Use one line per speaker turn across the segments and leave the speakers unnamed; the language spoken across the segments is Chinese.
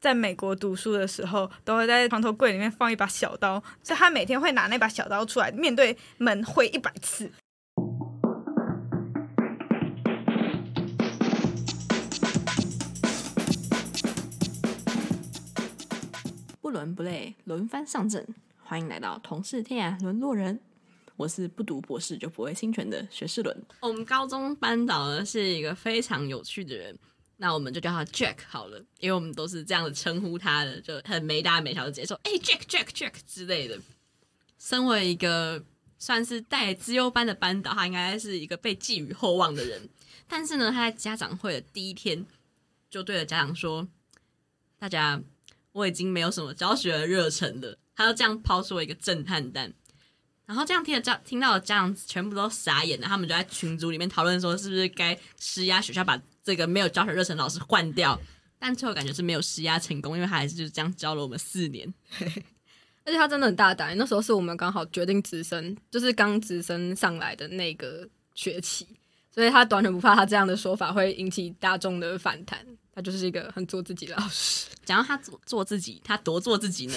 在美国读书的时候，都会在床头柜里面放一把小刀，所以他每天会拿那把小刀出来，面对门挥一百次。
不伦不类，轮番上阵。欢迎来到同是天涯沦落人，我是不读博士就不会侵权的学士伦。我们高中班导呢是一个非常有趣的人，那我们就叫他 Jack 好了，因为我们都是这样的称呼他的，就很没大没小的直接说，哎、j a c k Jack Jack 之类的。身为一个算是带资优班的班导，他应该是一个被寄予厚望的人，但是呢，他在家长会的第一天就对着家长说，大家我已经没有什么教学的热忱了。他就这样抛出了一个震撼弹，然后这样听的家听到的家长全部都傻眼了，他们就在群组里面讨论说，是不是该施压学校把这个没有教学热忱的老师换掉？但最后感觉是没有施压成功，因为他还是就是这样教了我们四年。
而且他真的很大胆，那时候是我们刚好决定直升，就是刚直升上来的那个学期，所以他完全不怕他这样的说法会引起大众的反弹。他就是一个很做自己的老师，
讲到他做做自己，他多做自己呢？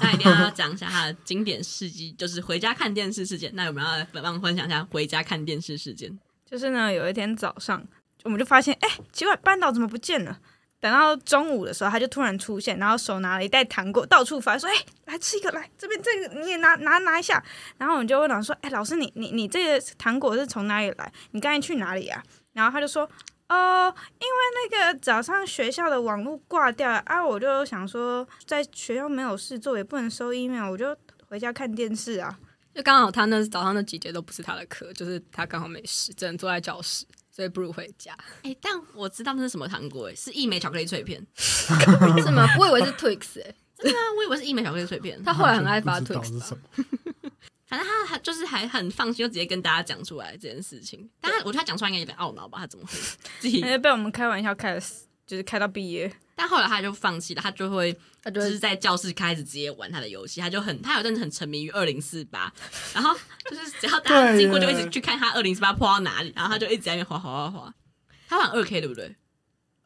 那一定要讲一下他的经典事迹，就是回家看电视事件。那我们要来帮分享一下回家看电视事件。
就是呢，有一天早上，我们就发现，哎、奇怪，班导怎么不见了？等到中午的时候，他就突然出现，然后手拿了一袋糖果，到处发，说：“哎、来吃一个，来这边这个你也拿拿拿一下。”然后我们就问老师说：“哎、老师，你你你这个糖果是从哪里来？你刚才去哪里啊？”然后他就说：“哦，因为那个早上学校的网络挂掉了啊，我就想说在学校没有事做，也不能收 email，我就回家看电视啊。”
就刚好他那早上那几节都不是他的课，就是他刚好没事，只能坐在教室，所以不如回 家，
哎、但我知道那是什么糖果、哎诶是一枚巧克力脆片。
是吗？我以为是 Twix 哎、
对啊，我以为是一枚巧克力脆片。
他后来很爱发
不知道是
Twix 吧
什么，
反正他他就是还很放心，就直接跟大家讲出来这件事情。但他我觉得他讲出来应该有点懊恼吧，他怎么会 自己
那？哎就被我们开玩笑开了，就是开到毕业。
但后来他就放弃了，他就会
他就
就
会
是在教室开始直接玩他的游戏，他就很他有阵子很沉迷于二零四八，然后就是只要大家
对
经过就一
耶
直去看他二零四八破到哪里，然后他就一直在那边滑滑滑滑。他玩二 K 对不对？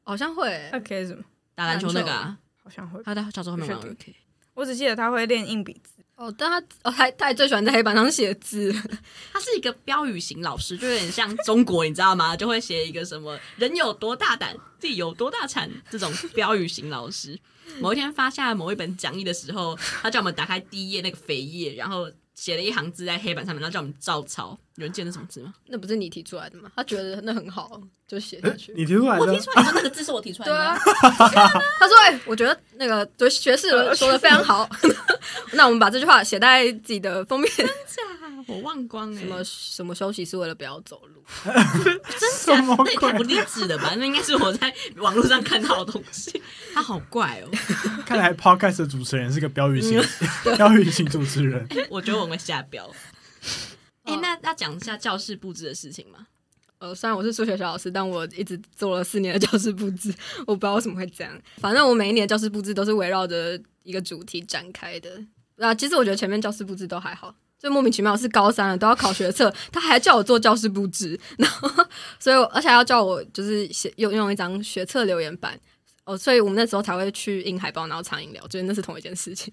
好像会、欸，
OK，什么？
打篮球那个、啊，
好像会。
他在小时候后面玩
不确
二 K。
我只记得他会练硬笔字，
哦，但他哦，他他也最喜欢在黑板上写字，
他是一个标语型老师，就有点像中国，你知道吗？就会写一个什么“人有多大胆，地有多大产”这种标语型老师。某一天发下某一本讲义的时候，他叫我们打开第一页那个扉页，然后写了一行字在黑板上面，然后叫我们照抄。 有人记得那什么字吗？
那不是你提出来的吗？他觉得那很好，就写 下去。
哎你提出来
我
的
提出来，你说那个字是我提出来
对
的
啊
吗。，
他说：“哎、我觉得那个就学士说的非常 好。那我们把这句话写在自己的封面，
啊 我忘光了、
什么什么休息是为了不要走路。
什么
那也
鬼
太不？励志了吧？那应该是我在网络上看到的东西。他好怪哦，
看来 podcast 的主持人是个标语型
嗯
标语型主持 人。
我觉得我会下标。哎、那那讲一下教室布置的事情吗？
呃，虽然我是数学小老师，但我一直做了四年的教室布置，我不知道为什么会这样。反正我每一年的教室布置都是围绕着一个主题展开的。啊，其实我觉得前面教室布置都还好，最莫名其妙的是高三了都要考学测，他还叫我做教室布置，然后所以我而且还要叫我就是写用用一张学测留言板。哦，所以我们那时候才会去印海报，然后藏饮料，就是那是同一件事情。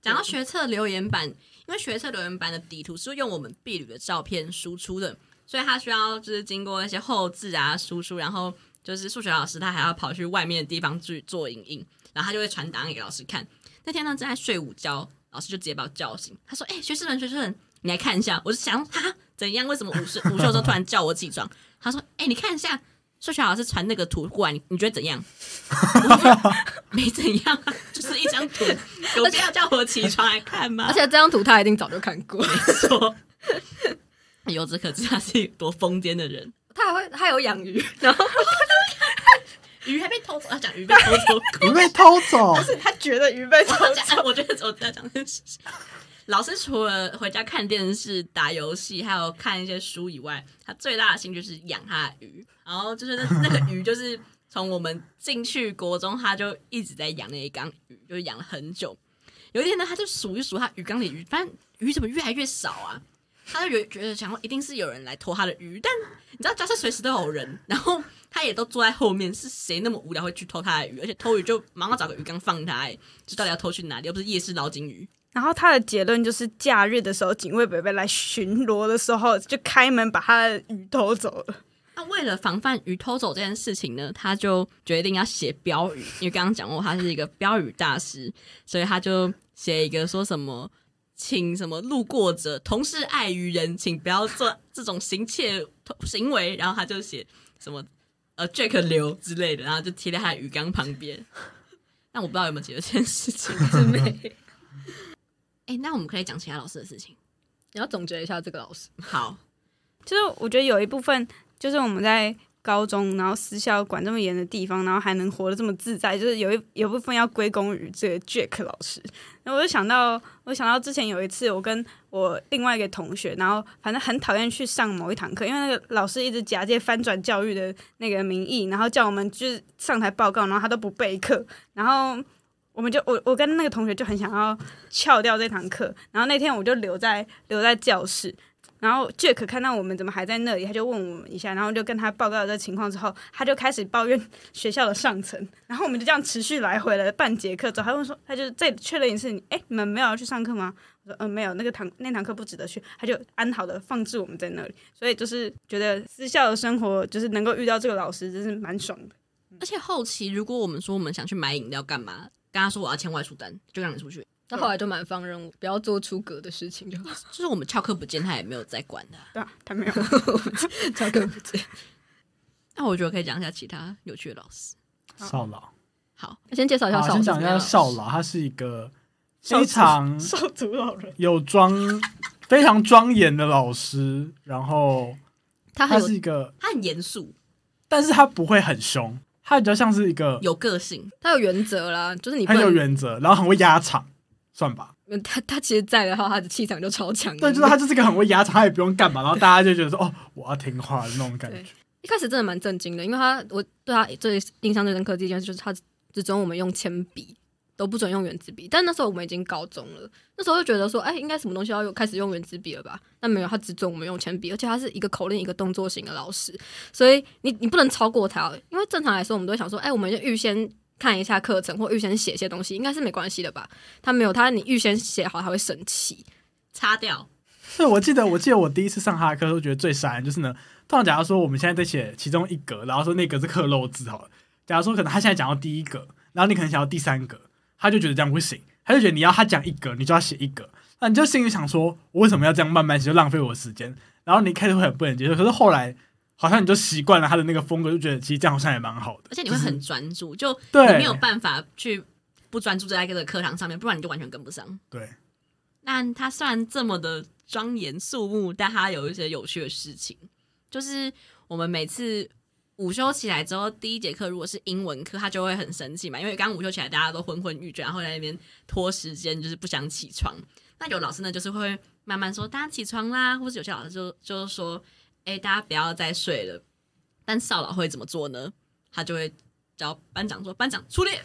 讲到学测留言板，因为学测留言板的底图是用我们婢女的照片输出的，所以它需要就是经过一些后置啊输出，然后就是数学老师他还要跑去外面的地方去做影印，然后他就会传档案给老师看。那天呢正在睡午觉，老师就直接把我叫醒，他说：“哎、学士人，学士人，你来看一下。”我就想哈怎样？为什么午睡午休的时候突然叫我起床？他说：“哎、你看一下。”数学老师传那个图过来，你你觉得怎样？我说没怎样啊，就是一张图，有必要叫我起床来看吗？
而且这张图他一定早就看过，
说，由此可知他是多疯癫的人。
他还会他有养鱼，然后
鱼还被偷走，他讲鱼被偷走
你
过。
被偷走，
他觉得鱼被偷
我讲，哎我觉得我在讲这件事情。 老师除了回家看电视、打游戏，还有看一些书以外，他最大的兴趣是养他的鱼。然后就是那那个鱼，就是从我们进去国中，他就一直在养那一缸鱼，就是养了很久。有一天呢，他就数一数他鱼缸里的鱼，发现鱼怎么越来越少啊？他就觉觉得想要一定是有人来偷他的鱼，但你知道教室随时都有人，然后他也都坐在后面，是谁那么无聊会去偷他的鱼？而且偷鱼就马上找个鱼缸放他、欸，就到底要偷去哪里？又不是夜市捞金鱼，
然后他的结论就是，假日的时候，警卫伯伯来巡逻的时候，就开门把他的鱼偷走了。
那为了防范鱼偷走这件事情呢，他就决定要写标语，因为刚刚讲过他是一个标语大师，所以他就写一个说什么，请什么路过者同是爱鱼人，请不要做这种行窃行为，然后他就写什么呃 Jack 流之类的，然后就贴在他的鱼缸旁边。 但我不知道有没有解决这件事情，是没。 哎、那我们可以讲其他老师的事情。
你要总结一下这个老师，
好，
就是我觉得有一部分，就是我们在高中，然后私校管这么严的地方，然后还能活得这么自在，就是有一有部分要归功于这个 Jack 老师。然后我就想到，我想到之前有一次，我跟我另外一个同学，然后反正很讨厌去上某一堂课，因为那个老师一直假借翻转教育的那个名义，然后叫我们就是上台报告，然后他都不备课，然后。我们就我我跟那个同学就很想要翘掉这堂课，然后那天我就留在留在教室，然后 Jack 看到我们怎么还在那里，他就问我们一下，然后就跟他报告了这情况之后，他就开始抱怨学校的上层，然后我们就这样持续来回了半节课之后，他问说，他就再确认一次，你哎，你们没有要去上课吗？我说，嗯、没有，那个堂那堂课不值得去，他就安好的放置我们在那里，所以就是觉得私校的生活就是能够遇到这个老师，真是蛮爽的。
而且后期如果我们说我们想去买饮料干嘛，跟他说我要签外出单，就让你出去。
他后来就蛮放任我，不要做出格的事情就好，
就是我们翘课不见，他也没有在管的啊。
对啊，他没有。
交给不见。
那我觉得可以讲一下其他有趣的老师。
少老。
好，
我 先介绍一下
好，
少，啊
先讲一下少
老，
老，他是一个
少
非常
少族老人，
有 庄、非常庄严的老师，然后
他
他
很
是
有
一个，
他很严肃，
但是他不会很凶，他比较像是一个
有个性，
他有原则啦，就是你不
很有
能
原则，然后很会压场，算吧。
嗯他他其实在的话，他的气场就超强的。
对，就是他就是个很会压场，他也不用干嘛，然后大家就觉得说哦，我要听话的那种感觉
对。一开始真的蛮震惊的，因为他我对他最印象最深刻的一件事就是他只准我们用铅笔，都不准用圆珠笔。但那时候我们已经高中了，那时候就觉得说，哎，应该什么东西要用开始用圆珠笔了吧？但没有，他只准我们用铅笔，而且他是一个口令一个动作型的老师，所以你你不能超过他，因为正常来说我们都会想说，哎，我们就预先。看一下课程或预先写一些东西，应该是没关系的吧？他没有，他你预先写好他会生气。
擦掉。
是我记得，我记得我第一次上他的课，都觉得最傻眼就是呢，通常假如说我们现在在写其中一格，然后说那格是克漏字好了，假如说可能他现在讲到第一格，然后你可能想要第三格，他就觉得这样不行，他就觉得你要他讲一格，你就要写一格，那你就心里想说，我为什么要这样慢慢写，就浪费我的时间，然后你一开始会很不能接受，可是后来好像你就习惯了他的那个风格，就觉得其实这样好像也蛮好的，
而且你会很专注，就
对
你没有办法去不专注在这个课堂上面，不然你就完全跟不上。
对，
那他虽然这么的庄严肃穆，但他有一些有趣的事情，就是我们每次午休起来之后，第一节课如果是英文课，他就会很生气嘛，因为刚午休起来大家都昏昏欲睡，然后在那边拖时间，就是不想起床。那有老师呢，就是会慢慢说大家起床啦，或者有些老师就就是说，哎、大家不要再睡了。但少老会怎么做呢？他就会叫班长说：“班长出列，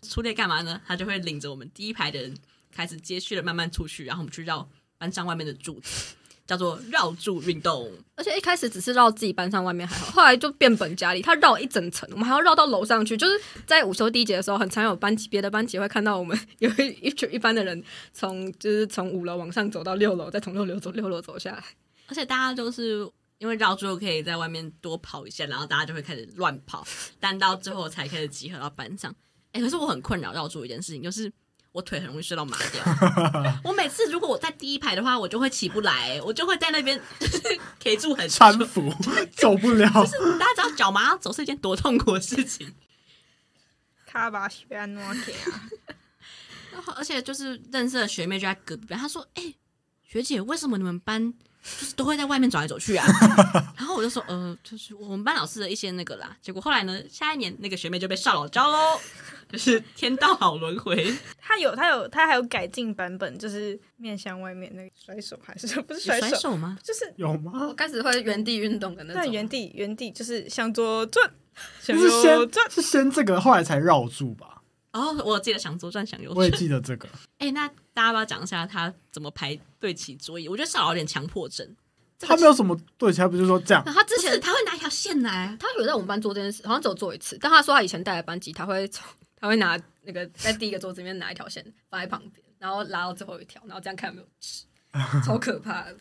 出列干嘛呢？”他就会领着我们第一排的人开始接续的慢慢出去，然后我们去绕班上外面的柱子，叫做绕柱运动。
而且一开始只是绕自己班上外面还好，后来就变本加厉，他绕一整层，我们还要绕到楼上去。就是在午休第一节的时候，很常有班级别的班级会看到我们有一一群一班的人从就是从五楼往上走到六楼，再从六楼走六楼走下来。
而且大家就是因为绕柱可以在外面多跑一下，然后大家就会开始乱跑，但到最后才开始集合到班上。哎、可是我很困扰绕柱一件事情，就是我腿很容易睡到麻掉。我每次如果我在第一排的话，我就会起不来，我就会在那边 K 住很
搀扶走不了，
大家知道脚麻走是一件多痛苦的事情，
卡巴西贝安诺给啊，
然后而且就是认识的学妹就在隔壁班，她说：“哎、学姐，为什么你们班就是都会在外面走来走去啊？” 然后我就说：“呃，就是我们班老师的一些那个啦。”结果后来呢，下一年那个学妹就被少老 招喽，就是天道好轮回，
他有他有他还有改进版本，就是面向外面那个甩手还是不是
有
甩
甩
手，
手吗？
就是
有吗
哦我？开始会原地运动的那
在
种，
原地 原地就是向左转，向
就是
右转
先，是先这个，后来才绕住吧？
哦，我记得想左转想右
我也
转。
记得这个，
哎、那大家要不要讲一下他怎么排对齐桌椅？我觉得少有点强迫症。
他没有什么对，他不是说这 样
那，他之
之前
前
他会拿一条线来，
他有在我们班做这件事，好像只有做一次。但他说他以前带的班级，他会从他会拿那个在第一个桌子里面拿一条线放在旁边，然后拉到最后一条，然后这样看有没有纸，超可怕的。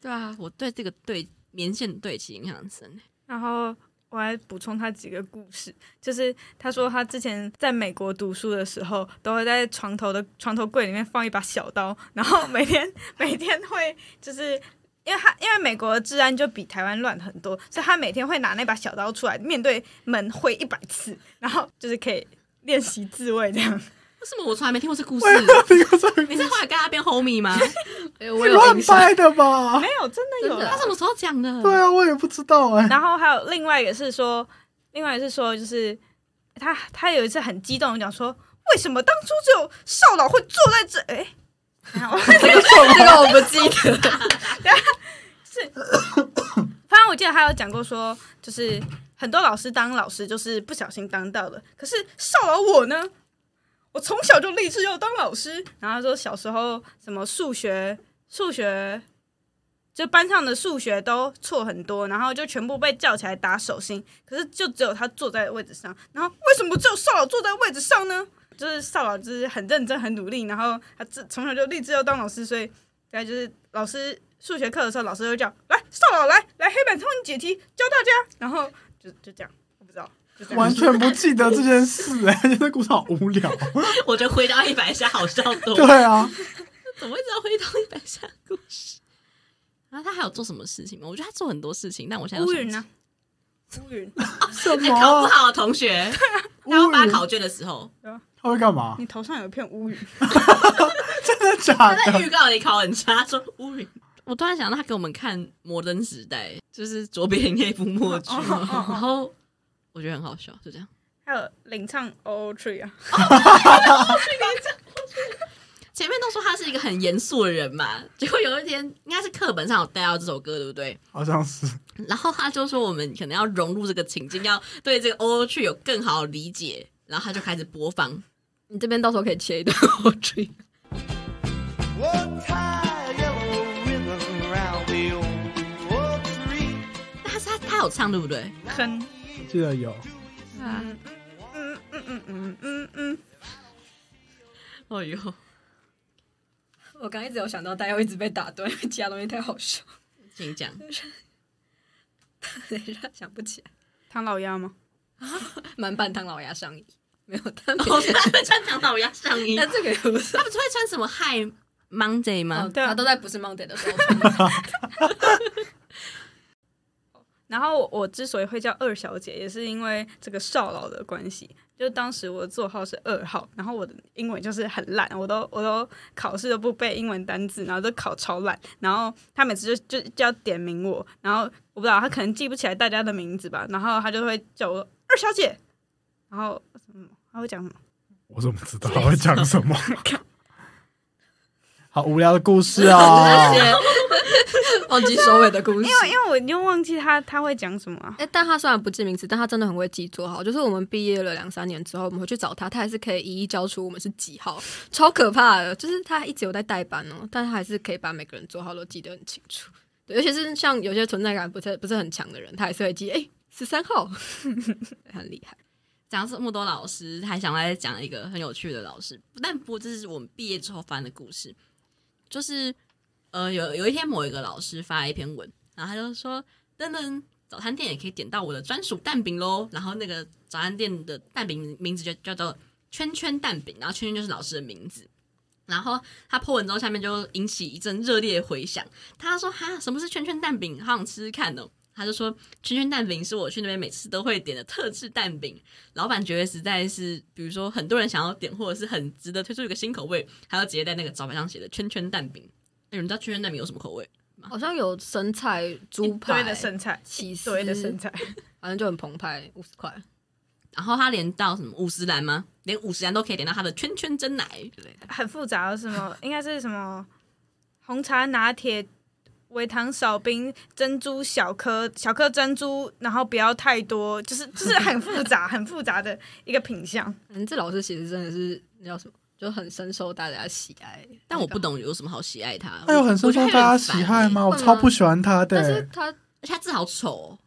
对啊，我对这个对棉线对齐印象很深。
然后我还补充他几个故事，就是他说他之前在美国读书的时候，都会在床头的床头柜里面放一把小刀，然后每天 每天会就是。因为他因为美国的治安就比台湾乱很多，所以他每天会拿那把小刀出来，面对门挥一百次，然后就是可以练习自卫这样。
为什么我从来没听过这故事？
这个是
你是后来跟他变 homie 吗？
哎呦，我有
乱
印象，
掰的吧
没？有，真的有
真的
啦
他什么时候讲的？
对啊，我也不知道 哎、
然后还有另外一个是说，另外一个是说，就是他他有一次很激动地讲说，为什么当初只有少老会坐在这？哎、然后
这个我不 记得。
反正我记得他有讲过说，就是很多老师当老师就是不小心当到了，可是少老我呢，我从小就立志要当老师。然后他说小时候什么数学数学。就班上的数学都错很多，然后就全部被叫起来打手心。可是就只有他坐在位置上，然后为什么只有少老坐在位置上呢？就是少老就是很认真、很努力，然后他自从小就立志要当老师，所以大概就是老师数学课的时候，老师就会叫来少老来来黑板上面解题教大家，然后就就这样，我不知道，就这样
完全不记得这件事哎、 欸，这故事好无聊。
我觉得回到一百下好笑多了。
对啊，
怎么会知道回到一百下的故事？然后他还有做什么事情吗？我觉得他做很多事情，但我现在
乌
都想
云
不
呢？乌云，
什
起来？哎考不
么？啊
好的同学，他要发考卷的时
哦
候，
他会干 嘛？
你头上有一片乌云，
真的假
他在
的？
预告里考很差，说乌云。我突然想到，他给我们看《摩登时代》，就是卓别林那部默剧，
哦哦哦
然后我觉得很好笑，就这样。
还有领唱 O Tree 啊，
前面都说他是一个很严肃的人嘛，结果有一天应该是课本上有带到这首歌，对不对？
好像是
然后他就说我们可能要融入这个情境，要对这个 O O 去有更好的理解，然后他就开始播放。
你这边到时候可以切一段 我追。
We'll tie a yellow ribbon round the old oak tree.
但是他他有唱对不对？
哼，
记得有。
嗯嗯嗯嗯嗯嗯嗯，
哦呦，
我刚一直有想到，但又一直被打断，因为其他东西太好笑，
请讲。
等一下想不起来。
唐老鸭吗？
满版唐老鸭上衣没有， 但没
哦， 他会穿长岛鸭上衣，
但这个也不是。
他不是会穿什么 Hi Monday 吗？
哦，
对啊
他都在不是 Monday 的时候穿 的。
然后我我之所以会叫二小姐，也是因为这个少老的关系。就当时我的座号是二号，然后我的英文就是很烂，我都我都考试都不背英文单字，然后都考超烂。然后他每次就就就要点名我，然后我不知道他可能记不起来大家的名字吧，然后他就会叫我二小姐，然后什么他会讲什么？
我怎么知道他会讲什 么？好无聊的故事 哦。
忘记收尾的故
因
事。
为我已经忘记他他会讲什么啊。
哎、但他虽然不记名字，但他真的很会记座号。就是我们毕业了两三年之后，我们回去找他，他还是可以一一交出我们是几号，超可怕的。就是他一直有在代班哦，但他还是可以把每个人座号都记得很清楚。对，尤其是像有些存在感不是不是很强的人，他还是会记哎十三 号，很厉害。
讲这么多老师，还想来讲一个很有趣的老师，但不，这是我们毕业之后翻的故事，就是呃，有有一天某一个老师发了一篇文，然后他就说：“噔噔，早餐店也可以点到我的专属蛋饼喽。”然后那个早餐店的蛋饼名字就叫做“圈圈蛋饼”，然后圈圈就是老师的名字。然后他破文之后，下面就引起一阵热烈的回响。他说：“哈，什么是圈圈蛋饼？好想吃吃看哦。”他就说：“圈圈蛋饼是我去那边每次都会点的特制蛋饼，老板觉得实在是，比如说很多人想要点，或者是很值得推出一个新口味，还要直接在那个招牌上写的“圈圈蛋饼”哎。你们知道圈圈蛋饼有什么口味？
好像有生菜、猪
一
排
堆的、剩菜，
起
一
司
堆的剩菜，
反正就很澎湃，五十块。
然后他连到什么五十兰吗？连五十兰都可以点到他的圈圈真奶之类的。
哦很复杂，什么应该是什么红茶拿铁微糖少冰、珍珠小颗、小颗珍珠，然后不要太多，就是就是很复杂、很复杂的一个品相。
嗯，这老师其实真的是那叫什么，就很深受大家喜爱。
但我不，懂有欸什么好喜爱他。
哎
他有很受
我觉
到
得
大家
很
喜
烦
爱
欸？
吗？我
会吗
超不喜欢他的
但是
欸，
他
而且他字好丑哦，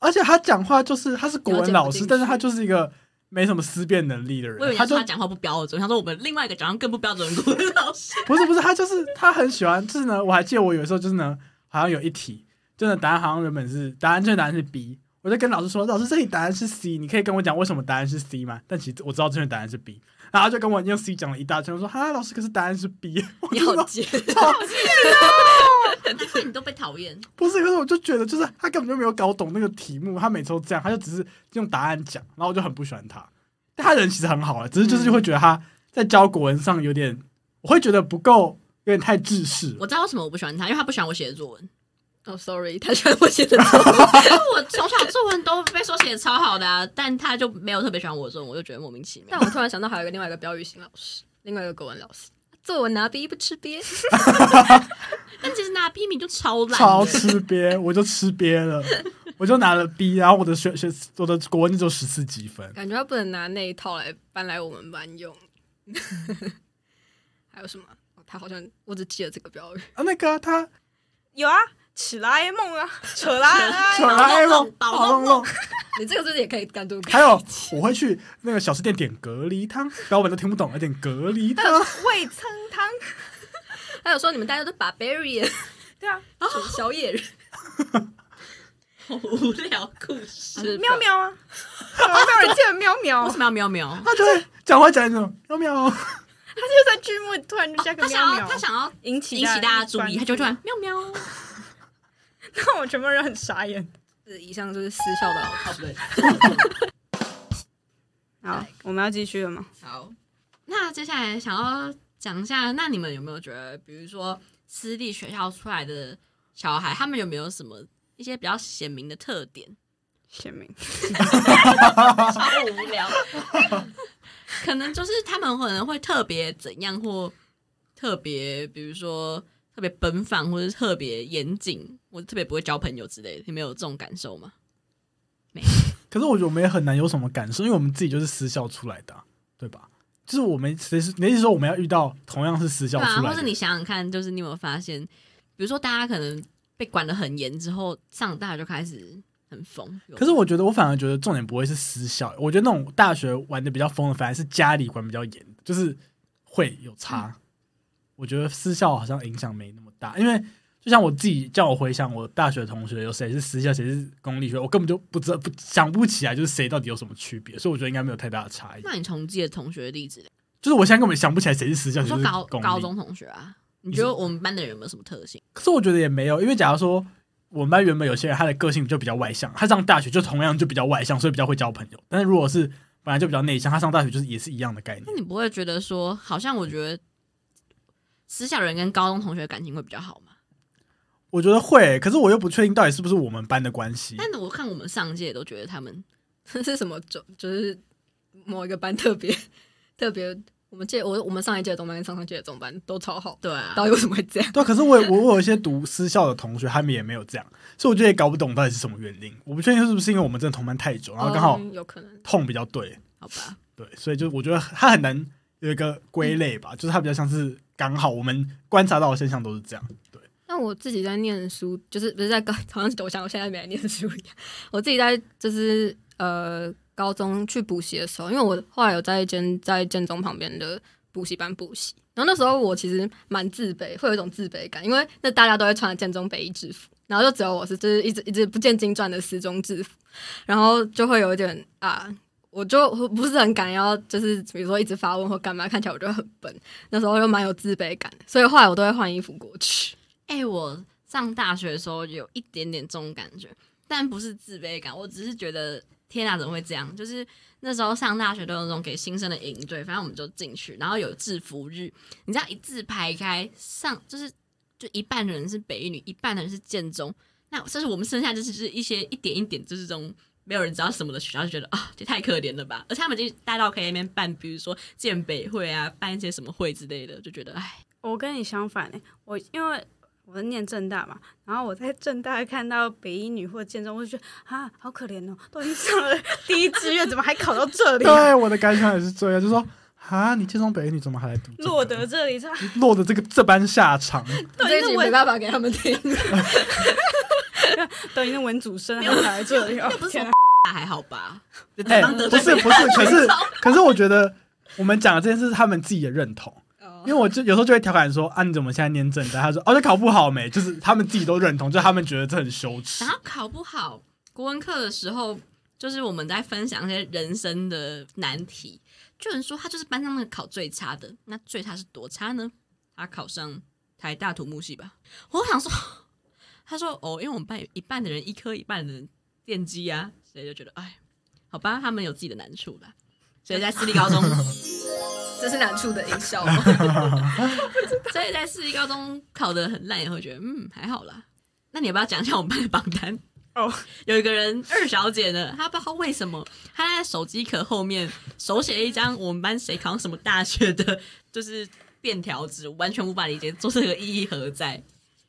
而且他讲话就是他是国文老
了解不进
师，
去
但是他就是一个没什么思辨能力的
我以为
人，
你
他
要
就
说他讲话不标准，我想说我们另外一个讲话更不标准的国文老 师。
不是不是，他就是他很喜欢，就是呢，我还记得我有时候就是呢，好像有一题，真的答案好像原本是答案，正确答案是 B，我就跟老师说，老师这里答案是 C，你可以跟我讲为什么答案是 C 吗？但其实我知道正确答案是 B，然后他就跟我用 C 讲了一大圈，我说哈，老师可是答案是 B，我
你
就
好
说
贱，
难怪你都被讨厌。
不是，可是我就觉得就是他根本就没有搞懂那个题目，他每次都这样，他就只是用答案讲，然后我就很不喜欢他，但他人其实很好啊，只是
嗯
就是会觉得他在教国文上有点，我会觉得不够，有点太自私了。
我知道为什么我不喜欢他，因为他不喜欢我写的作文。
哦，sorry，他喜欢我写的作文。
因为我从小作文都被说写的超好的、啊，但他就没有特别喜欢我的作文，我就觉得莫名其妙
但。我突然想到还有一个另外一个标语型老师，另外一个国文老师，作文拿 B 不吃瘪。
但其实拿 B 名就超烂的，
超吃瘪，我就吃瘪了，我就拿了 B，然后我的学学我的国文就只有十四积分。
感觉他不能拿那一套来搬来我们班用。 还有什么？哦他好像我只记得这个标语，
啊，那个啊他
有啊，扯拉 A 梦啊，扯拉
哎
A
小拉 A 梦，
宝
宝
龙
龙
龙
龙，
你这个是不是也可以单独看？
还有我会去那个小吃店点隔离汤，老板都听不懂，要点隔离
哎
汤。
味噌汤，
还有说你们大家都 barbarian
对啊，
小野人，
好无聊故事。
是
喵喵啊，怎么没有人记得喵喵？啊
为什么要喵喵？
他就会讲话讲一种喵喵，
他就在剧末突然就加个
哦
喵
他想
喵啊
要，他想要
引起
引起大家注意，他就突
转，
然喵喵。哦，
让我全部人很傻眼。
是以上就是私校的老师。
不对，
好，我们要继续了吗？
好。那接下来想要讲一下，那你们有没有觉得，比如说私立学校出来的小孩，他们有没有什么一些比较显明的特点？
鲜明，
超无聊。 可能就是他们可能会特别怎样，或特别，比如说特别奔放，或者特别严谨，或者特别不会交朋友之类的。你们有这种感受吗？
可是我觉得我们也很难有什么感受，因为我们自己就是私校出来的啊、对吧？就是我们其实你意思说我们要遇到同样是私校
对啊，
出
或
来
者
的
你，想想看，就是你有没有发现，比如说大家可能被管得很严之后，上大学就开始很疯。有
可是我觉得我反而觉得重点不会是私校，我觉得那种大学玩的比较疯的，反而是家里管比较严，就是会有差。
嗯
我觉得私校好像影响没那么大，因为就像我自己叫我回想，我大学同学有谁是私校，谁是公立学，我根本就不知道不想不起来，就是谁到底有什么区别，所以我觉得应该没有太大的差异。
那你从自己的同学的例子，
就是我现在根本想不起来谁是私校，
我
谁
说
是
高
公立
高中同学啊，你觉得我们班的人有没有什么特性？
可是我觉得也没有，因为假如说我们班原本有些人他的个性就比较外向，他上大学就同样就比较外向，所以比较会交朋友。但是如果是本来就比较内向，他上大学就是也是一样的概念
那。你不会觉得说，好像我觉得私校人跟高中同学感情会比较好吗？
我觉得会，可是我又不确定到底是不是我们班的关系。
但我看我们上届都觉得他们
这 是什么种？就是某一个班特别特别，我们届我我们上一届的中班跟上上届的中班都超好，
对啊
到，底为什么会这样？
对啊，可是我我我有一些读私校的同学，他们也没有这样，所以我觉得也搞不懂到底是什么原因。我不确定是不是因为我们真的同班太久，然后刚好
嗯有可能，
痛比较对，
好吧，
对，所以就我觉得他很难有一个归类吧，就是他比较像是刚好我们观察到的现象都是这样。对，
那我自己在念书，就是不是在高， 好像是我想我现在没来念书一样。我自己在就是呃高中去补习的时候，因为我后来有在一间在建中旁边的补习班补习，然后那时候我其实蛮自卑，会有一种自卑感，因为那大家都会穿建中北一制服，然后就只有我是就是一直一直不见经传的时中制服，然后就会有一点啊。我就不是很敢要，就是比如说一直发问或干嘛，看起来我就很笨。那时候就蛮有自卑感的，所以后来我都会换衣服过去。
哎、我上大学的时候有一点点这种感觉，但不是自卑感，我只是觉得天啊，怎么会这样？就是那时候上大学都有那种给新生的营队，反正我们就进去，然后有制服日，你知道一字排开上，就是就一半人是北一女，一半人是建中，那但是我们剩下就是就是一些一点一点就是这种。没有人知道什么的学校就觉得啊，这太可怜了吧！而且他们已经大到可以那边办，比如说建北会啊，办一些什么会之类的，就觉得哎，
我跟你相反呢、我因为
欸我是念正大嘛，然后我在正大看到北一女或建中，我就觉得啊，好可怜哦，都已经上 了第一志愿，怎么还考到这里、啊？
对，我的感想也是这样，就说啊，你建中北一女怎么还来读、这个？
落得这里，这到
落得这个这般下场，
底
这一
是
集没
文，
办法给他们听。
到底是文主生还是来这 里？哦
那不是
天啊
还好吧？
哎、
当得
不
罪
是不是，可 是可是我觉得我们讲的这件事，是他们自己也认同。
哦
因为我就有时候就会调侃说啊，你怎么现在念正大？他说哦，就考不好没，就是他们自己都认同，就他们觉得这很羞 耻
然。后考不好国文课的时候，就是我们在分享一些人生的难题，就有人说他就是班上那个考最差的，那最差是多差呢？他考上台大土木系吧？我想说， 他说哦，因为我们班有一半的人医科，一半的人电机啊，所以就觉得哎，好吧，他们有自己的难处啦。所以在私立高中，
这是难处的音效吗，
所以在私立高中考得很烂，也会觉得嗯还好啦。那你要不要讲一下我们班的榜单？
哦，
有一个人二小姐呢，她不知道为什么，她在手机壳后面手写了一张我们班谁考上什么大学的，就是便条纸，我完全无法理解做这个意义何在。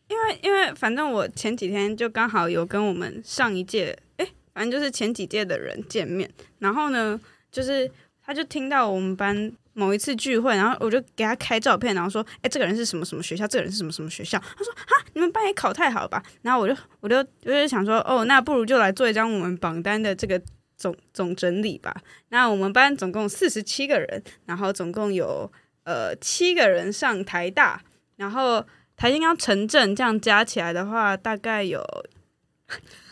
因为因为反正我前几天就刚好有跟我们上一届，哎、反正就是前几届的人见面，然后呢，就是他就听到我们班某一次聚会，然后我就给他开照片，然后说，哎、这个人是什么什么学校，这个人是什么什么学校，他说，哈，你们班也考太好了吧？然后我就我就我就想说，哦，那不如就来做一张我们榜单的这个。总总整理吧。那我们班总共四十七个人，然后总共有呃七个人上台大，然后台新高城镇这样加起来的话，大概有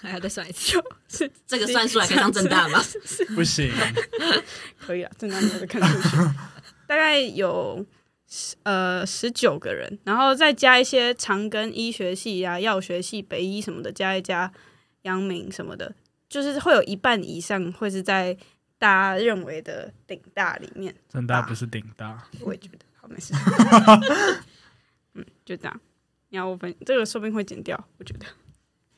还要再算一 次。
这个算出来可以上正 大吗？
不行，
可以啊，正常我的看数学，大概有十呃十九个人，然后再加一些长庚医学系啊、药学系、北医什么的，加一加阳明什么的，就是会有一半以上会是在大家认为的顶大里面。
正大不是顶大，
我也觉得，好没事。 嗯，就这样。你要我分这个，说不定会剪掉，我觉得。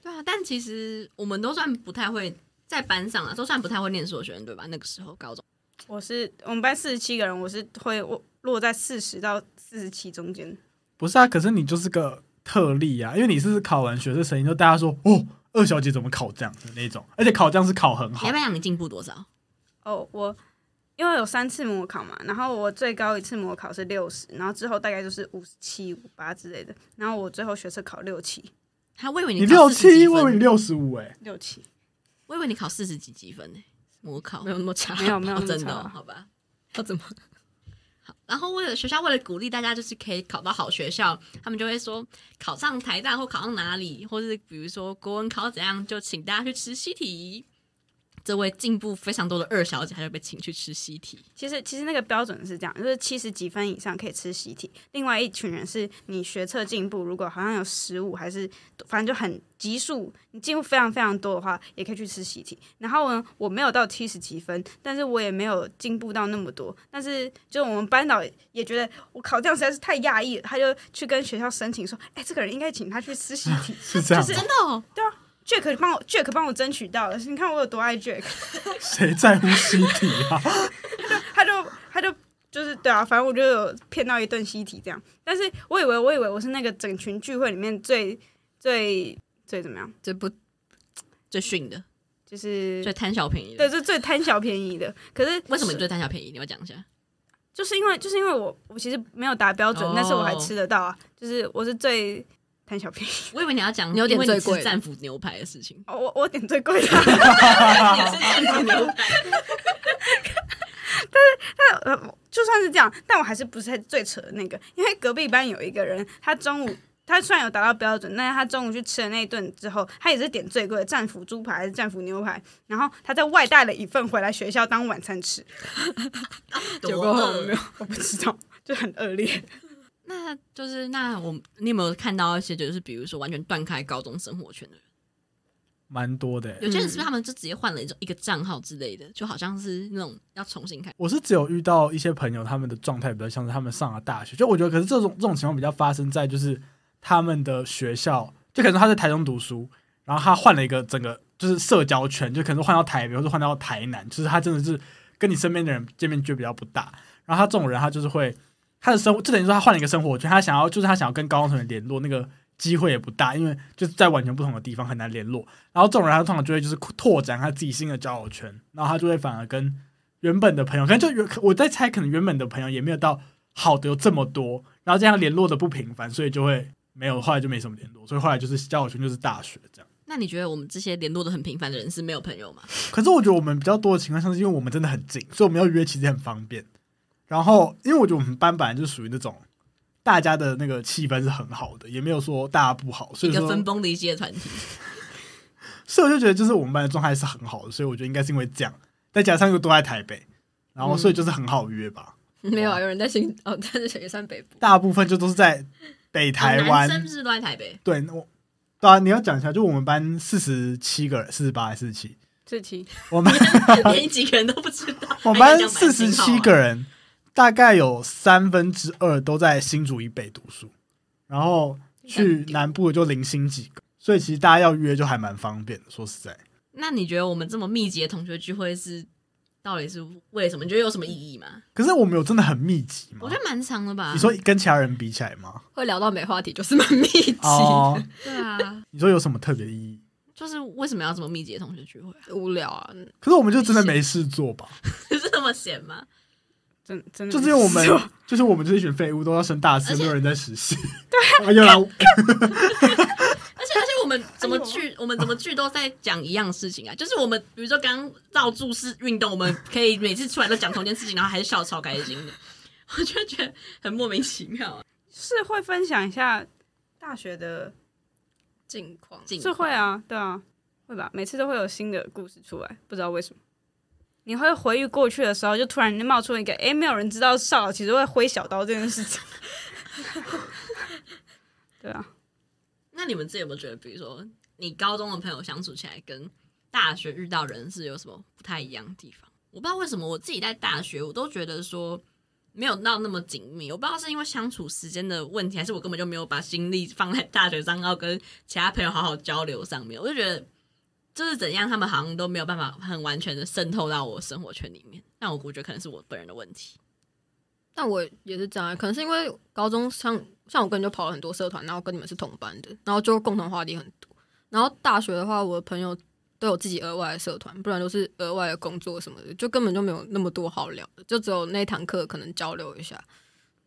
对啊，但其实我们都算不太会在班上啊，都算不太会念书的学生，对吧？那个时候高中，
我是我们班四十七个人，我是会我落在四十到四十七中间。
不是啊？可是你就是个特例啊，因为你是考完学士成绩，就大家说哦，二小姐怎么考这样的那种，而且考这样是考很
你
好
要不，要讲你进步多少？
哦，我因为有三次模考嘛，然后我最高一次模考是六十，然后之后大概就是五十七、五八之类的，然后我最后学测考六七，
他我以为考
你
40
六
几
七，
分
我以为你六十五哎，
六七
我以为你考四十几几分呢、模考
没有那 么差，
没有没有
哦
那么
真的
差
哦、
啊。
好吧？
要怎么？
然后为了学校为了鼓励大家就是可以考到好学校，他们就会说考上台大或考上哪里，或是比如说国文考怎样，就请大家去吃西提。这位进步非常多的二小姐，她就被请去吃西提。
其实其实那个标准是这样，就是七十几分以上可以吃习题，另外一群人是你学测进步，如果好像有十五还是反正就很级数，你进步非常非常多的话，也可以去吃习题。然后呢，我没有到七十几分，但是我也没有进步到那么多。但是就我们班导也觉得我考这样实在是太压抑了，他就去跟学校申请说，哎、这个人应该请他去吃习题。
是这样吗，
真的、哦，
啊 Jack 帮我，Jack 帮我争取到了，你看我有多爱 Jack。
谁在乎西体啊？
他就他就就是对啊，反正我就有骗到一顿西提这样。但是我以为我以为我是那个整群聚会里面最最最怎么样，
这 不
最逊的，
就是
最贪小便宜
对，
的。
是最贪小便宜的。可是
为什么你最贪小便宜？你要讲一下。
就是因为就是因为我我其实没有达标准，
哦
但是我还吃得到啊，就是我是最贪小便宜。。
我以为你要讲
你有
因
点
为你
最贵
吃战斧牛排的事情
哦，我我点最贵的啊，
哦
你是 战斧牛排，
呃就算是这样，但我还是不是最扯的那个，因为隔壁班有一个人，他中午。他虽然有达到标准，但是他中午去吃了那一顿之后，他也是点最贵的战斧猪排还是战斧牛排，然后他在外带了一份回来学校当晚餐吃，
结
多
果
饿
后 没有。
我不知道，就很恶劣。
那就是那我，你有没有看到一些就是比如说完全断开高中生活圈的人？
蛮多的欸、
有些人是不是他们就直接换了一种一个账号之类的，就好像是那种要重新开。
我是只有遇到一些朋友，他们的状态比较像是他们上了大学，就我觉得，可是这种这种情况比较发生在就是他们的学校，就可能他在台中读书，然后他换了一个整个就是社交圈，就可能换到台北或者换到台南，就是他真的是跟你身边的人见面就比较不大。然后他这种人，他就是会他的生活，就等于说他换了一个生活圈，他想要就是他想要跟高中同学联络，那个机会也不大，因为就是在完全不同的地方很难联络。然后这种人他通常就会就是拓展他自己新的交友圈，然后他就会反而跟原本的朋友，可能就原我在猜，可能原本的朋友也没有到好的有这么多，然后这样联络的不频繁，所以就会没有后来就没什么联络，所以后来就是交友圈就是大学这样。
那你觉得我们这些联络的很频繁的人是没有朋友吗？
可是我觉得我们比较多的情况下，是因为我们真的很近，所以我们要约其实很方便。然后，因为我觉得我们班本来就属于那种大家的那个气氛是很好的，也没有说大家不好，所
一
以
个
说，
分崩离析的团体，
所以我就觉得就是我们班的状态是很好的，所以我觉得应该是因为这样，再加上又都在台北，然后所以就是很好约吧。
没有啊，有人在新 哦，但是也算北部。
大部分就都是在北台湾，
男生是不是都在台北？
对，那我对啊，你要讲一下，就我们班四十七个人，四十八还是四十七？
志奇，
我们。
连几个人都不知道
我们
还
班
讲
四
版型
十
号
七
啊
个人，大概有三分之二都在新竹以北读书，然后去南部的就零星几个，所以其实大家要约就还蛮方便的。说实在，
那你觉得我们这么密集的同学聚会是到底是为什么？你觉得有什么意义吗？
可是我们有真的很密集吗
我？觉得蛮长的吧。
你说跟其他人比起 来吗？
会聊到没话题，就是蛮密集。
哦，
对啊，
你说有什么特别意义？
就是为什么要这么密集的同学聚会、 啊？
无聊啊，
可是我们就真的没事做吧？
是这么闲吗？
真真的
就是因为我们，就是我们这一群废物都要升大四，
而且
没有人在实习。 对， 又来
而且而且我们怎么聚，我们怎么聚都在讲一样事情啊，就是我们比如说刚刚绕柱式运动，我们可以每次出来都讲同一件事情，然后还是笑得超开心的， 我就觉得很莫名其妙啊。
是会分享一下大学的，
近况。
近
是会啊，对啊，会吧？每次都会有新的故事出来，不知道为什么。你会回忆过去的时候，就突然冒出一个，哎，没有人知道少老其实会挥小刀这件事情。 对啊，
那你们自己有没有觉得，比如说你高中的朋友相处起来跟大学遇到人是有什么不太一样的地方？我不知道为什么我自己在大学，我都觉得说没有到那么紧密。我不知道是因为相处时间的问题，还是我根本就没有把心力放在大学上，要跟其他朋友好好交流上面。我就觉得就是怎样，他们好像都没有办法很完全的渗透到我生活圈里面。但我我觉得可能是我本人的问题。
但我也是这样，可能是因为高中像像我跟你就跑了很多社团，然后跟你们是同班的，然后就共同话题很多。然后大学的话，我的朋友都有自己额外的社团，不然都是额外的工作什么的，就根本就没有那么多好聊的，就只有那一堂课可能交流一下，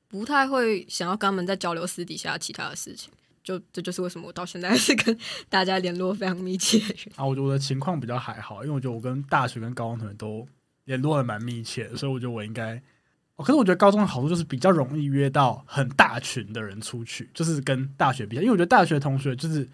不太会想要跟他们再交流私底下其他的事情。就这就是为什么我到现在是跟大家联络非常密切的原因。
啊，我觉得我的情况比较还好，因为我觉得我跟大学跟高中同学都联络的蛮密切的，所以我觉得我应该。哦，可是我觉得高中的好处就是比较容易约到很大群的人出去，就是跟大学比较，因为我觉得大学同学就是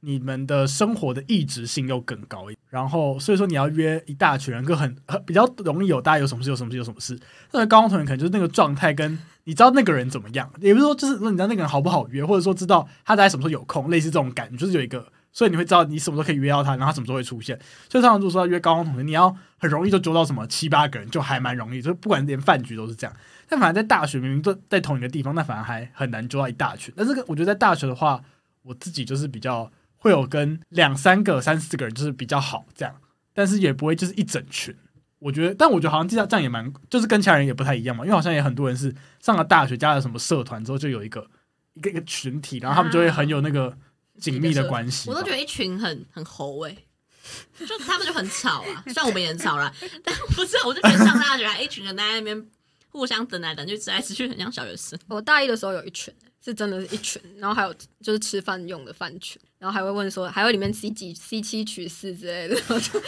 你们的生活的意志性又更高一点，然后所以说你要约一大群人，更很很比较容易有大家有什么事有什么事有什么事。那高中同学可能就是那个状态跟你知道那个人怎么样，也不是说就是说你知道那个人好不好约，或者说知道他大概什么时候有空，类似这种感觉，就是有一个，所以你会知道你什么时候可以约到他，然后他什么时候会出现。所以上次就说要约高中同学，你要很容易就揪到什么七八个人，就还蛮容易，就不管连饭局都是这样。但反正在大学明明都在同一个地方，那反而还很难揪到一大群。但是我觉得在大学的话，我自己就是比较会有跟两三个、三四个人就是比较好这样，但是也不会就是一整群。我觉得，但我觉得好像这样这样也蛮，就是跟其他人也不太一样嘛，因为好像也很多人是上了大学加了什么社团之后，就有一个一个一个群体，然后他们就会很有那个紧密的关系吧。
我都觉得一群很很猴哎、就他们就很吵啊，虽然我们也很吵啦，但我不知道，我就觉得上大学啊来一群人在那边互相等来等去，直来直去，很像小学生。
我大一的时候有一群，是真的是一群，然后还有就是吃饭用的饭群，然后还会问说，还会里面 C 几 C 七取四之类的，然后就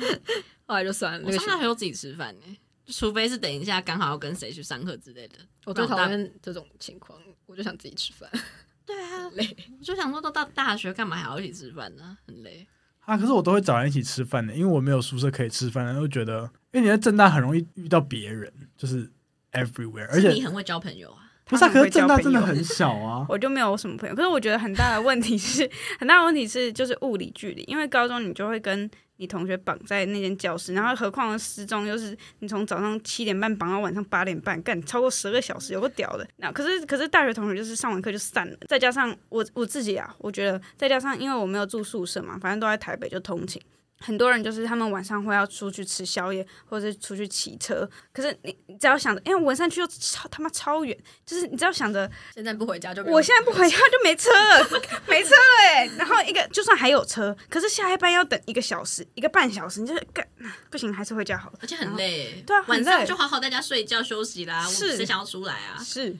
后来就算了。
我
那
上
个群
大学都自己吃饭呢、就除非是等一下刚好要跟谁去上课之类的。
我最
不然
讨
大，
厌这种情况，我就想自己吃饭，
对啊，
累。
我就想说都到大学干嘛还要一起吃饭呢、很累。
啊，可是我都会找人一起吃饭的，因为我没有宿舍可以吃饭，然后觉得，因为你在正大很容易遇到别人，就是 everywhere，而
是你
且
很会交朋友啊，
不是、啊，
他们
可是
会交
正大
朋
真的
友，
很小啊
我就没有什么朋友。可是我觉得很大的问题是， 很大的问题是就是物理距离，因为高中你就会跟你同学绑在那间教室，然后何况失踪又是你从早上七点半绑到晚上八点半，干超过十个小时，有个屌的。 那可是可是大学同学就是上完课就散了，再加上我我自己啊，我觉得再加上因为我没有住宿舍嘛，反正都在台北就通勤。很多人就是他们晚上会要出去吃宵夜，或者是出去骑车。可是你你只要想着，因为文山区又超他妈超远，就是你只要想着
现在不回家就
我现在不回家就没车 了，没车了哎、然后一个就算还有车，可是下一班要等一个小时、一个半小时，你就是干不行，还是回家好了。
而且很累，
对啊很
晚
累
上就好好在家睡觉休息啦，我
是
谁想要出来啊？
是，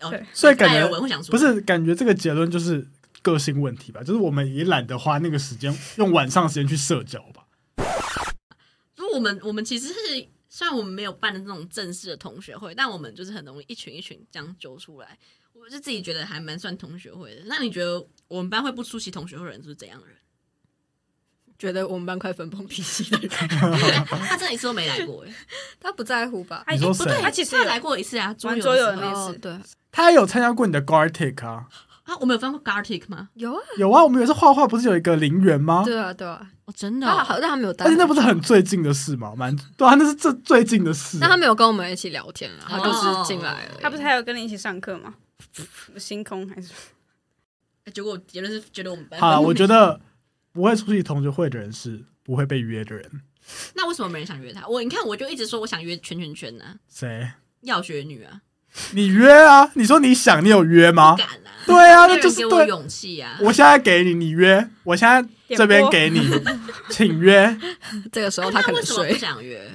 哦
对，
所以感觉
艾尔文会想出
不
来，
是感觉这个结论就是个性问题吧？就是我们也懒得花那个时间用晚上时间去社交吧。
因为我们我们其实是虽然我们没有办的那种正式的同学会，但我们就是很容易一群一群这样揪出来。我就自己觉得还蛮算同学会的。那你觉得我们班会不出席同学会的人是怎样 的人？
觉得我们班快分崩离析的人，
他真的一次都没来过耶，欸
他不在乎吧？
他
你
已
说
经
谁
不对，他其实
他
有
来过一次啊，桌
玩
游
桌游
的时
那
候
一次
哦，对，
他也有参加过你的 Gartic 啊？
啊，我们有翻过 Gartic 吗？
有啊，
有啊，我们有一次画画不是有一个陵园吗？
对啊，对啊，
哦，真的哦、
他好，但他没有带
而且，那不是很最近的事吗？蛮对啊，那是最最近的事。
但他没有跟我们一起聊天啊，他就是进来了，
他不是还有跟你一起上课吗？星空还是
哎结果结论是觉得我们班
好了，啊
分
我觉得不会出席同学会的人是不会被约的人。
那为什么没人想约他？我你看，我就一直说我想约圈圈圈啊，
谁？
药学女啊，
你约啊？你说你想，你有约吗
不？敢啊，
对啊，
没有
那就
人
是
给我
对。
勇气啊。
我现在给你，你约。我现在这边
点播
给你，请约。
这个时候
哎
他可
那
能
为什么不
睡，
想约？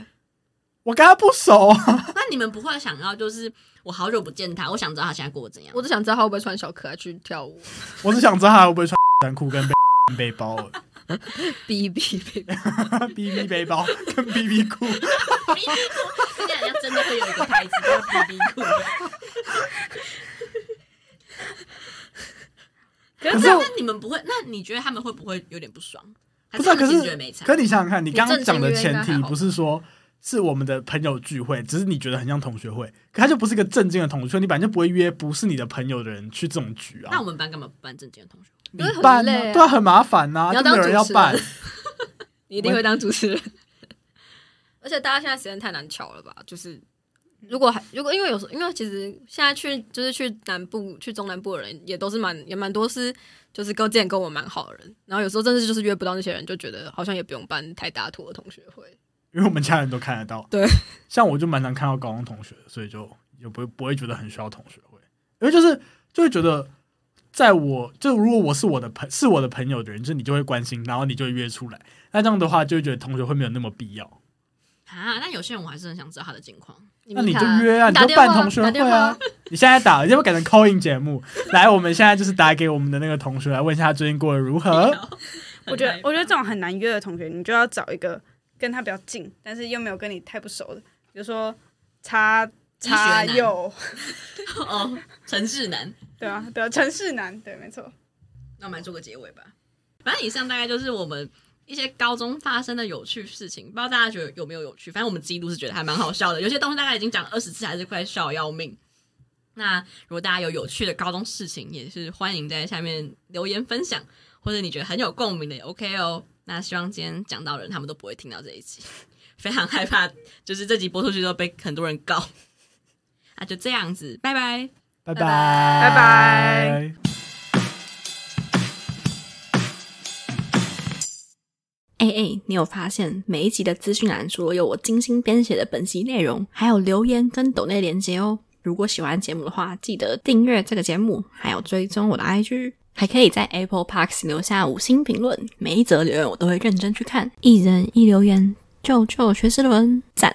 我跟他不熟啊，
那你们不会想要就是我好久不见他，我想知道他现在过得怎样？
我只想知道他会不会穿小可爱去跳舞，
我只想知道他会不会穿短裤跟背背包而已，
哔一哔哔哔，
B B 背包跟 B B 裤。
B B 裤，这两家真的会有一个牌子叫 B B 裤。
可
可
是
是
这样
那你们不会？那你觉得他们会不会有点不爽？还
不是啊，
他
可
们其实觉
是
得没差。
可你想想看，你刚刚讲的前
你正经约应该
提
还好
不是说是我们的朋友聚会，只是你觉得很像同学会，可它就不是一个正经的同学会，你本来就不会约不是你的朋友的人去这种局啊
那我。们班干嘛不办正经的同学？
你
因为很
办
累
啊，
啊
对啊，很麻烦呐，
你
就
要
没
当
有人要办
主。你一定会当主持人。而且大家现在时间太难巧了吧？就是如果还如果因为有时候因为其实现在去就是去南部去中南部的人也都是蛮也蛮多是就是跟之前跟我蛮好的人，然后有时候真的是就是约不到那些人，就觉得好像也不用办太大坨的同学会。
因为我们家人都看得到。
对，
像我就蛮常看到高中同学，所以就也不会不会觉得很需要同学会，因为就是就会觉得，在我就如果我是我的朋是我的朋友的人，就是你就会关心，然后你就会约出来，那这样的话就会觉得同学会没有那么必要。
啊，那有些人我还是很想知道他的近况。
那
密
你就
他
约啊，你
打
就
电话
办同学
打
会
电
啊
话。
你现在打，要不要改成 call in 节目？来，我们现在就是打给我们的那个同学，来问一下他最近过得 如何。
哦
我觉得，我觉得这种很难约的同学，你就要找一个跟他比较近，但是又没有跟你太不熟的，比如说叉
医学男
叉右，
得哦，陈志南，
对啊，对啊， 城市男，对，没错。
那我们来做个结尾吧。反正以上大概就是我们一些高中发生的有趣事情，不知道大家觉得有没有有趣？反正我们自己录是觉得还蛮好笑的，有些东西大概已经讲二十次，还是快笑要命。那如果大家有有趣的高中事情，也是欢迎在下面留言分享，或者你觉得很有共鸣的也 OK 哦。那希望今天讲到的人，他们都不会听到这一集，非常害怕，就是这集播出去之后被很多人告。那就这样子，拜拜。
拜拜，
拜
拜拜。
哎哎，你有发现每一集的资讯栏除了有我精心编写的本集内容，还有留言跟抖内连接哦。如果喜欢节目的话，记得订阅这个节目，还有追踪我的 IG，还可以在 Apple Parks 留下五星评论，每一则留言我都会认真去看，一人一留言，救救学士伦，赞！